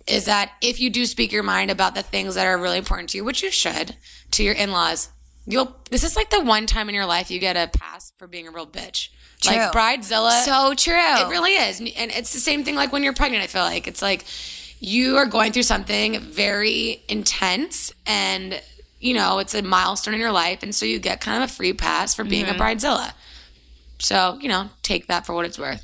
A: is that if you do speak your mind about the things that are really important to you, which you should, to your in-laws, you'll. This is like the one time in your life you get a pass for being a real bitch. Like
B: True.
A: bridezilla.
B: so true.
A: It really is. And and it's the same thing like when you're pregnant, I feel like. It's like you are going through something very intense and you know, it's a milestone in your life and so you get kind of a free pass for being a bridezilla. So, you know, take that for what it's worth.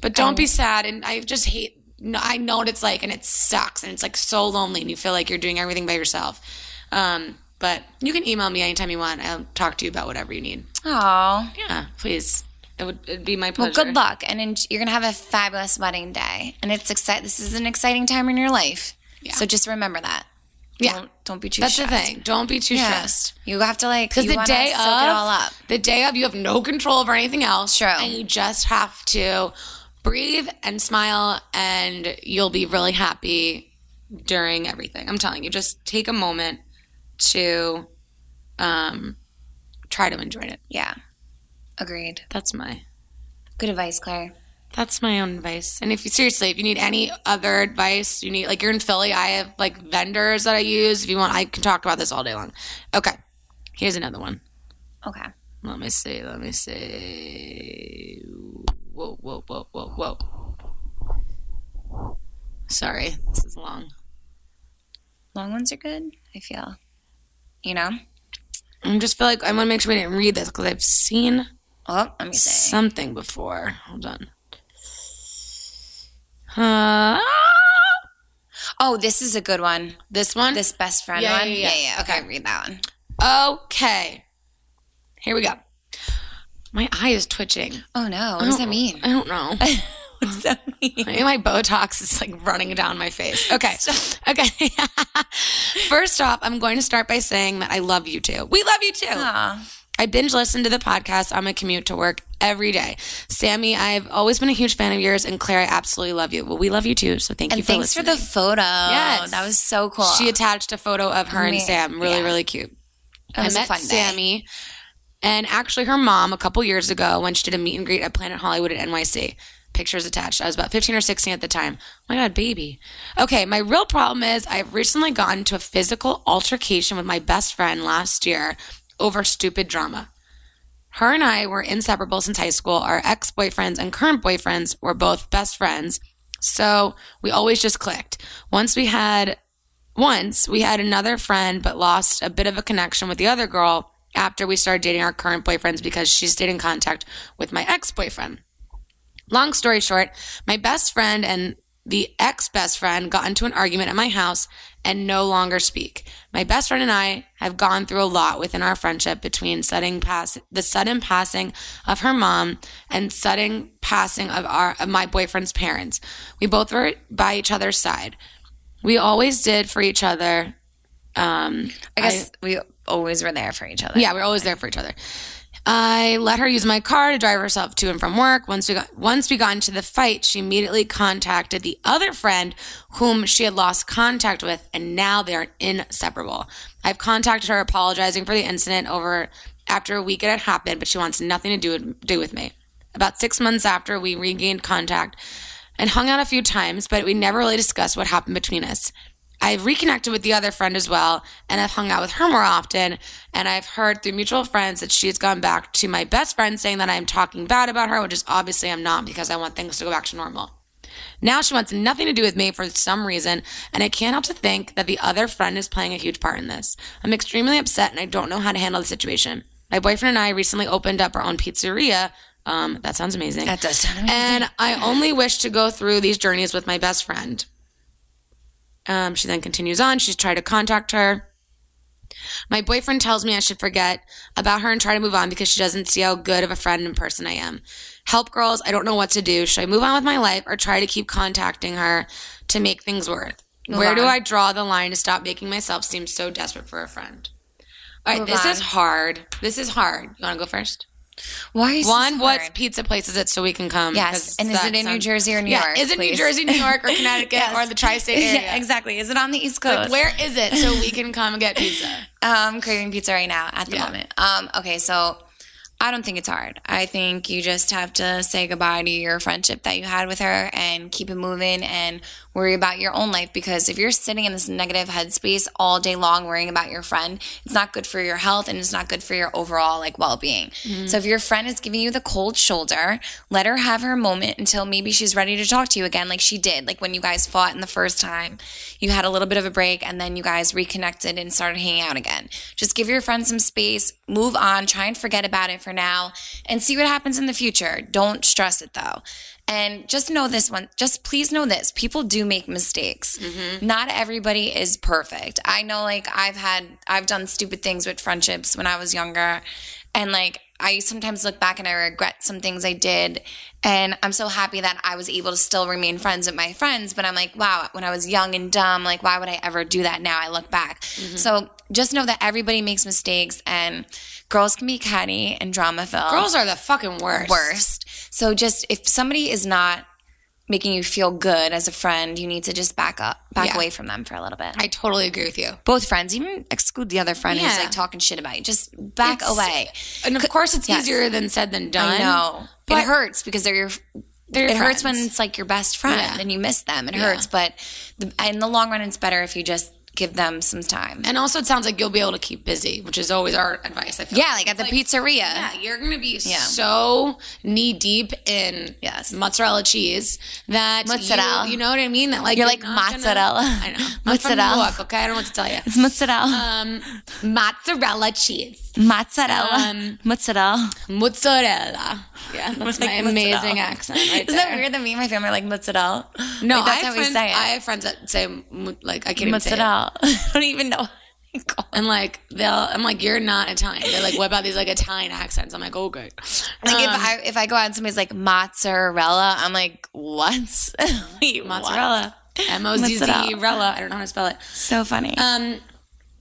A: But don't be sad and I just hate no, I know what it's like and it sucks and it's like so lonely and you feel like you're doing everything by yourself. Um but you can email me anytime you want. I'll talk to you about whatever you need.
B: Aw.
A: Yeah, please. It would it'd be my
B: Well,
A: pleasure.
B: good luck, and en- you're gonna have a fabulous wedding day, and it's exciting. This is an exciting time in your life,
A: Yeah.
B: so just remember that.
A: Yeah.
B: don't, don't be too.
A: That's
B: stressed.
A: the thing. Don't be too
B: Yeah.
A: stressed.
B: You have to like
A: Because
B: you
A: the
B: wanna
A: day
B: soak
A: of,
B: it all up.
A: the day of, you have no control over anything else.
B: True.
A: And you just have to breathe and smile, and you'll be really happy during everything. I'm telling you, just take a moment to um, try to enjoy it.
B: Yeah, agreed.
A: That's my
B: Good advice, Claire.
A: that's my own advice. And if you seriously, if you need any other advice, you need like you're in Philly, I have like vendors that I use. If you want, I can talk about this all day long. Okay, here's another one.
B: Okay.
A: Let me see. Let me see. Whoa, whoa, whoa, whoa, whoa. Sorry, this is long.
B: Long ones are good. I feel. You know.
A: I just feel like I want to make sure we didn't read this because I've seen
B: Oh, let me see.
A: something before. Hold on. Uh,
B: Oh, this is a good one.
A: this one.
B: This best friend
A: Yeah,
B: one.
A: yeah, yeah.
B: Okay, read that one.
A: Okay. Here we go. My eye is twitching.
B: Oh no, what does that mean?
A: I don't know.
B: what does that mean?
A: Maybe my Botox is like running down my face. Okay. Okay. First off, I'm going to start by saying that I love you too. We love you too.
B: Aw.
A: I binge listen to the podcast on my commute to work every day. Sammy, I've always been a huge fan of yours, and Claire, I absolutely love you. Well, we love you too, so thank
B: And
A: you for
B: thanks for
A: listening.
B: the photo.
A: Yes.
B: That was so cool.
A: She attached a photo of her and
B: Amazing.
A: Sam. Really,
B: Yeah.
A: really cute.
B: It was a
A: I met
B: fun day.
A: Sammy and actually her mom a couple years ago when she did a meet and greet at Planet Hollywood at NYC. Pictures attached. I was about 15 or 16 at the time. Oh my God, baby. Okay, my real problem is I've recently gotten into a physical altercation with my best friend last year over stupid drama. Her and I were inseparable since high school. Our ex boyfriends and current boyfriends were both best friends. So we always just clicked. Once we had once we had another friend but lost a bit of a connection with the other girl after we started dating our current boyfriends because she stayed in contact with my ex-boyfriend long story short my best friend and the ex-best friend got into an argument at my house and no longer speak my best friend and i have gone through a lot within our friendship between sudden pass the sudden passing of her mom and sudden passing of our of my boyfriend's parents we both were by each other's side we always did for each other. Um,
B: I guess we always were there for each other.
A: yeah, we're always there for each other. I let her use my car to drive herself to and from work. Once we got once we got into the fight, she immediately contacted the other friend whom she had lost contact with, and now they are inseparable. I've contacted her apologizing for the incident over after a week it had happened, but she wants nothing to do do with me. About six months after we regained contact and hung out a few times, but we never really discussed what happened between us. I've reconnected with the other friend as well, and I've hung out with her more often. And I've heard through mutual friends that she's gone back to my best friend saying that I'm talking bad about her, which is obviously I'm not because I want things to go back to normal. Now she wants nothing to do with me for some reason, and I can't help to think that the other friend is playing a huge part in this. I'm extremely upset and I don't know how to handle the situation. My boyfriend and I recently opened up our own pizzeria. Um, that sounds amazing.
B: That does sound amazing.
A: And I only wish to go through these journeys with my best friend. Um, she then continues on. She's tried to contact her. My boyfriend tells me I should forget about her and try to move on because she doesn't see how good of a friend and person I am. Help, girls. I don't know what to do. Should I move on with my life or try to keep contacting her to make things worth?
B: Move
A: Where do
B: on.
A: I draw the line to stop making myself seem so desperate for a friend? All right,
B: Move
A: this
B: on.
A: is hard. This is hard. You want to go first?
B: Why is
A: One,
B: this
A: what's
B: hard?
A: pizza place is it so we can come?
B: Yes,
A: 'Cause
B: and is
A: that
B: it in New
A: sounds-
B: Jersey or New
A: yeah,
B: York?
A: Is it New
B: please?
A: Jersey, New York, or Connecticut,
B: Yes.
A: or the tri-state area?
B: Yeah, exactly. Is it on the East Coast?
A: Like, where is it so we can come and get pizza?
B: Um, craving pizza right now at the
A: Yeah.
B: moment. Um, okay, so I don't think it's hard. I think you just have to say goodbye to your friendship that you had with her and keep it moving and worry about your own life because if you're sitting in this negative headspace all day long worrying about your friend, it's not good for your health and it's not good for your overall like well-being. So if your friend is giving you the cold shoulder, let her have her moment until maybe she's ready to talk to you again like she did. Like when you guys fought in the first time, you had a little bit of a break and then you guys reconnected and started hanging out again. Just give your friend some space, move on, try and forget about it for now and see what happens in the future. Don't stress it though. And just know this one, just please know this people do make mistakes. Not everybody is perfect. I know, like, I've had, I've done stupid things with friendships when I was younger. And, like, I sometimes look back and I regret some things I did. And I'm so happy that I was able to still remain friends with my friends. But I'm like, wow, when I was young and dumb, like, why would I ever do that now? I look back. So just know that everybody makes mistakes and girls can be catty and drama filled
A: Girls are the fucking worst.
B: worst. So just if somebody is not making you feel good as a friend, you need to just back up, back
A: Yeah.
B: away from them for a little bit.
A: I totally agree with you.
B: Both friends, even exclude the other friend who's
A: Yeah.
B: like talking shit about you. Just back
A: It's-
B: away.
A: And of course, it's
B: yes.
A: easier than said than done.
B: I know.
A: But-
B: it hurts because they're your.
A: They're
B: it
A: your
B: hurts when
A: friends.
B: it's like your best friend
A: Yeah.
B: and you miss them. It
A: Yeah.
B: hurts, but the, in the long run, it's better if you just give them some time.
A: And also, it sounds like you'll be able to keep busy, which is always our advice. I feel
B: yeah, like at the pizzeria.
A: Yeah, you're gonna be
B: Yeah.
A: so knee deep in
B: Yes.
A: mozzarella cheese that
B: Mozzarella.
A: You, you know what I mean. That like
B: You're like
A: not gonna-
B: mozzarella.
A: I know. I'm from New
B: Mozzarella.
A: York, okay, I don't know what to tell you.
B: It's mozzarella.
A: Um, mozzarella cheese,
B: mozzarella.
A: um,
B: mozzarella.
A: mozzarella. Yeah, that's my
B: like
A: amazing
B: mozzarella.
A: accent. Right
B: Isn't
A: there.
B: that weird that me and my family are like mozzarella?
A: No,
B: Like, that's how
A: I, have
B: we
A: friends,
B: say it.
A: I have friends that say mo- like I can't even say it.
B: mozzarella. I don't even know. God.
A: And like they'll, I'm like, you're not Italian. They're like, what about these like Italian accents? I'm like, oh, good.
B: Like if
A: Um,
B: I if I go out and somebody's like mozzarella, I'm like what? Wait, what?
A: mozzarella, M O Z Z
B: Mozzarella.
A: rella. I don't know how to spell it.
B: So funny.
A: Um,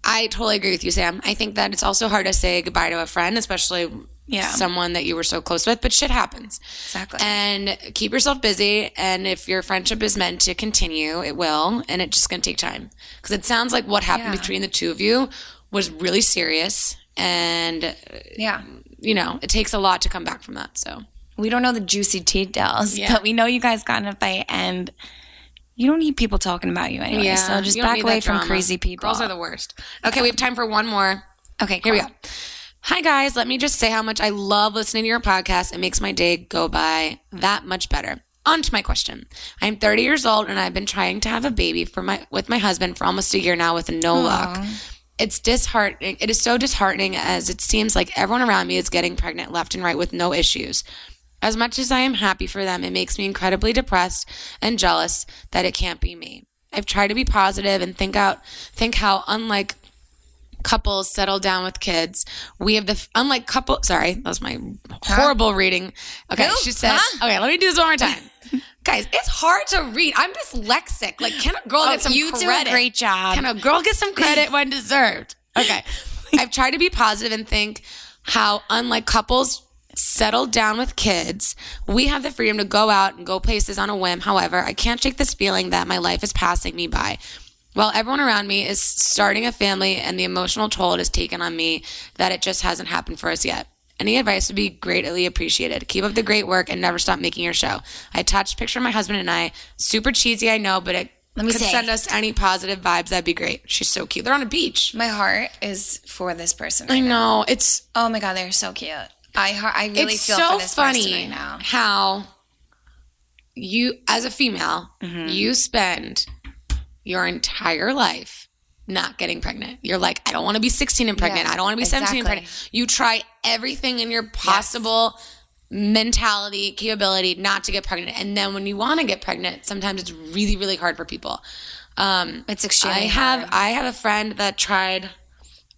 A: I totally agree with you, Sam. I think that it's also hard to say goodbye to a friend, especially
B: Yeah.
A: someone that you were so close with, but shit happens.
B: Exactly.
A: And keep yourself busy. And if your friendship is meant to continue, it will. And it's just going to take time. Because it sounds like what happened
B: Yeah.
A: between the two of you was really serious. And, uh,
B: yeah.
A: you know, it takes a lot to come back from that. So,
B: We don't know the juicy details,
A: Yeah.
B: but we know you guys got in a fight and you don't need people talking about you anyway. so just
A: you don't
B: back
A: need
B: away
A: that
B: from
A: drama.
B: crazy people.
A: Girls are the worst. Okay, we have time for one more.
B: okay,
A: Here we
B: cool.
A: go. Hi, guys. Let me just say how much I love listening to your podcast. It makes my day go by that much better. On to my question. I'm 30 years old and I've been trying to have a baby for my with my husband for almost a year now with no luck. It's disheartening. It is so disheartening as it seems like everyone around me is getting pregnant left and right with no issues. As much as I am happy for them, it makes me incredibly depressed and jealous that it can't be me. I've tried to be positive and think out think how unlike couples settle down with kids. We have the unlike couple. Sorry, that was my horrible reading. Okay,
B: Nope.
A: she says.
B: Huh?
A: Okay, let me do this one more time. Guys, it's hard to read. I'm dyslexic. Like, can a girl
B: Oh,
A: get some
B: you do a
A: credit?
B: great job.
A: Can a girl get some credit when deserved? Okay. I've tried to be positive and think how, unlike couples settled down with kids, we have the freedom to go out and go places on a whim. However, I can't shake this feeling that my life is passing me by. While everyone around me is starting a family and the emotional toll it has taken on me, that it just hasn't happened for us yet. Any advice would be greatly appreciated. Keep up the great work and never stop making your show. I attached a picture of my husband and I. Super cheesy, I know, but it
B: Let me
A: could
B: say.
A: send us any positive vibes. That'd be great. She's so cute. They're on a beach.
B: My heart is for this person.
A: I know. It's
B: Oh my god, they're so cute. I har- I really
A: it's
B: feel
A: so
B: for this
A: funny
B: person right now.
A: how you, as a female, you spend your entire life not getting pregnant. You're like, I don't want to be 16 and pregnant.
B: Yeah,
A: I don't want to be 17 and
B: exactly.
A: pregnant. You try everything in your possible mentality, capability not to get pregnant. And then when you want to get pregnant, sometimes it's really, really hard for people. Um,
B: It's extremely.
A: I have I have a friend that tried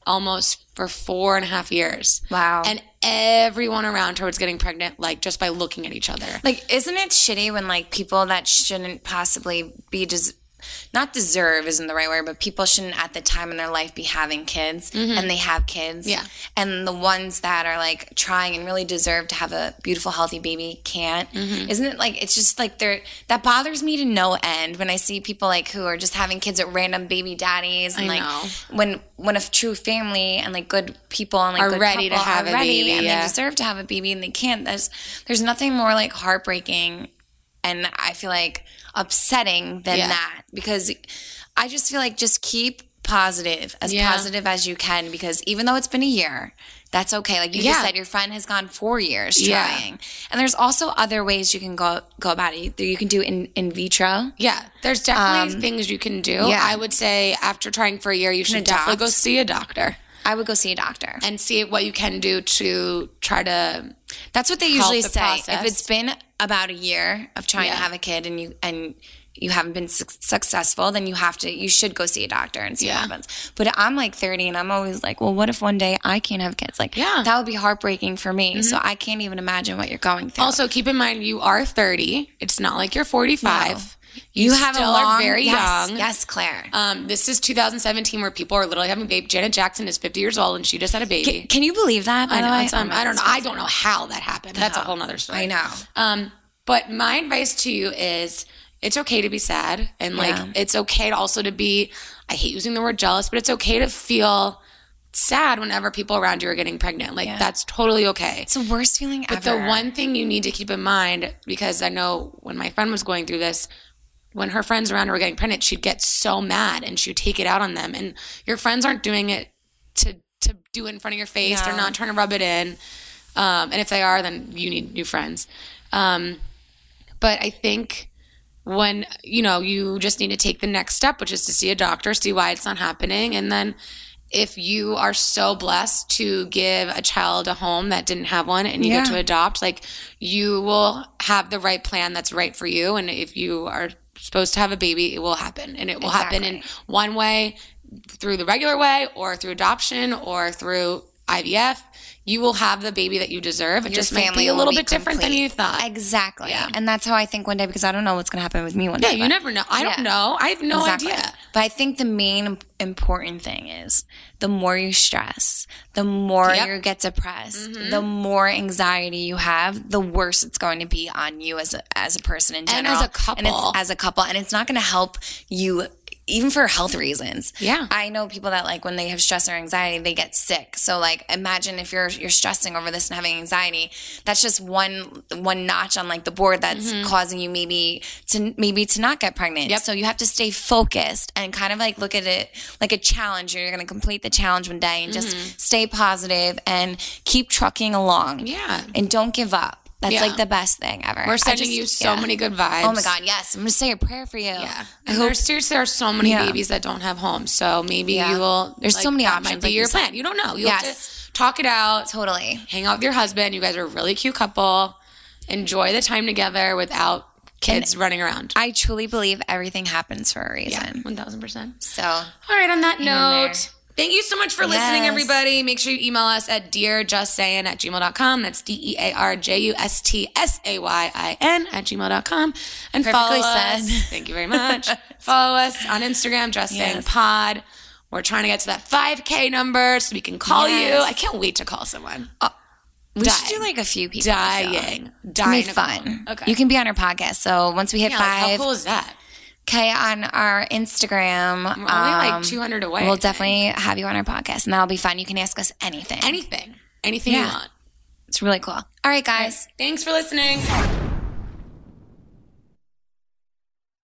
A: almost for four and a half years.
B: Wow.
A: And everyone around her was getting pregnant, like just by looking at each other.
B: like, isn't it shitty when like people that shouldn't possibly be des- not deserve isn't the right word, but people shouldn't at the time in their life be having kids and they have kids.
A: Mm-hmm. Yeah.
B: And the ones that are like trying and really deserve to have a beautiful, healthy baby can't.
A: Mm-hmm.
B: Isn't it like it's just like they're that bothers me to no end when I see people like who are just having kids at random baby daddies and
A: I
B: like
A: know.
B: when when a true family and like good people and like
A: Are
B: good
A: ready to
B: couple
A: have
B: are
A: a
B: ready
A: baby,
B: and
A: yeah.
B: they deserve to have a baby and they can't. There's there's nothing more like heartbreaking and I feel like upsetting than
A: Yeah.
B: that because I just feel like just keep positive as
A: Yeah.
B: positive as you can because even though it's been a year that's okay like you just
A: Yeah.
B: said your friend has gone four years
A: Yeah.
B: trying and there's also other ways you can go go about it you can do in, in vitro
A: Yeah, there's definitely things you can do.
B: Um, yeah.
A: I would say after trying for a year, you should
B: adopt.
A: definitely go see a doctor
B: i would go see a doctor
A: and see what you can do to try to.
B: That's what they usually
A: the
B: say.
A: process.
B: If it's been about a year of trying
A: Yeah.
B: to have a kid and you and you haven't been suc successful, then you have to you should go see a doctor and see
A: Yeah.
B: what happens. But I'm like 30 and I'm always like, well, what if one day I can't have kids? Like,
A: Yeah. Mm-hmm.
B: that would be heartbreaking for me. So I can't even imagine what you're going through.
A: Also, keep in mind you are 30. It's not like you're 45.
B: you, have
A: still
B: a long,
A: are very
B: yes,
A: young.
B: Yes, Claire.
A: Um, this is 2017 where people are literally having baby. Janet Jackson is 50 years old and she just had a baby.
B: Can, can you believe that? By
A: I
B: the
A: know.
B: way?
A: it's,
B: Oh
A: um,
B: my
A: I
B: God,
A: don't know.
B: it's
A: I don't know how that happened. That's a
B: No.
A: whole nother story.
B: I know.
A: Um, but my advice to you is it's okay to be sad and like
B: Yeah.
A: it's okay to also to be I hate using the word jealous, but it's okay to feel sad whenever people around you are getting pregnant. Like that's totally okay.
B: It's the worst feeling
A: But
B: ever.
A: the one thing you need to keep in mind, because I know when my friend was going through this, when her friends around her were getting pregnant, she'd get so mad and she'd take it out on them. And your friends aren't doing it to to do it in front of your face. They're
B: No.
A: not trying to rub it in. Um, and if they are, then you need new friends. Um, but I think when you know you just need to take the next step which is to see a doctor see why it's not happening and then if you are so blessed to give a child a home that didn't have one and you
B: Yeah.
A: get to adopt like you will have the right plan that's right for you and if you are supposed to have a baby it will happen and it will happen in one way through the regular way or through adoption or through IVF you will have the baby that you deserve it
B: Your
A: just might be
B: family
A: a
B: will
A: little
B: be
A: bit different than
B: complete.
A: you thought
B: Exactly.
A: Yeah.
B: And that's how I think one day because I don't know what's going to happen with me one
A: yeah,
B: day.
A: you
B: but-
A: never know. I don't
B: Yeah.
A: know. I have no
B: Exactly.
A: idea.
B: But But I think the main im- important thing is the more you stress, the more
A: Yep. Mm-hmm.
B: you get depressed, the more anxiety you have, the worse it's going to be on you as a, as a person in
A: And
B: general.
A: as a
B: And it's,
A: couple.
B: as a couple. And it's not going to help you even for health reasons.
A: Yeah.
B: I know people that like when they have stress or anxiety, they get sick. So like imagine if you're you're stressing over this and having anxiety, that's just one one notch on like the board that's causing you maybe to maybe to not get pregnant.
A: Mm-hmm. Yep.
B: So you have to stay focused and kind of like look at it like a challenge. You're going to complete the challenge one day and
A: Mm-hmm.
B: just stay positive and keep trucking along.
A: Yeah.
B: And don't give up. That's
A: Yeah.
B: like the best thing ever. I
A: We're sending
B: just-
A: you so
B: yeah.
A: many good vibes.
B: Oh my god, yes. I'm going to say a prayer for you.
A: Yeah. And there's seriously there are so many
B: Yeah.
A: babies that don't have homes. So maybe
B: Yeah.
A: you will
B: There's so many
A: that
B: options,
A: Might be
B: like you
A: your
B: said.
A: plan. You don't know. You
B: Yes.
A: have to talk it out.
B: Totally.
A: Hang out with your husband. You guys are a really cute couple. Enjoy the time together without kids running around.
B: I truly believe everything happens for a
A: yeah.
B: reason.
A: One thousand percent.
B: So
A: All right, on that
B: in
A: note, thank you so much for listening,
B: Yes.
A: everybody. Make sure you email us at dearjustsayin at gmail.com. That's D E A R J U S T S A Y I N at gmail.com. And
B: Perfectly
A: follow us.
B: said.
A: Thank you very much. follow us on Instagram, Just Saying
B: Yes.
A: Pod. We're trying to get to that 5K number so we can call
B: Yes.
A: you. I can't wait to call someone.
B: we
A: Dying.
B: should do like a few people. I feel.
A: Dying.
B: It'll be
A: Dying. to call.
B: fun.
A: Okay.
B: You can be on our podcast. So once we hit
A: yeah, like, how
B: five
A: cool is that?
B: K on our Instagram,
A: We're only
B: um,
A: like 200 away. I
B: We'll
A: think.
B: definitely have you on our podcast, and that'll be fun. You can ask us anything.
A: Anything. Anything you
B: Yeah.
A: want.
B: It's really cool. All right, guys.
A: Thanks for listening.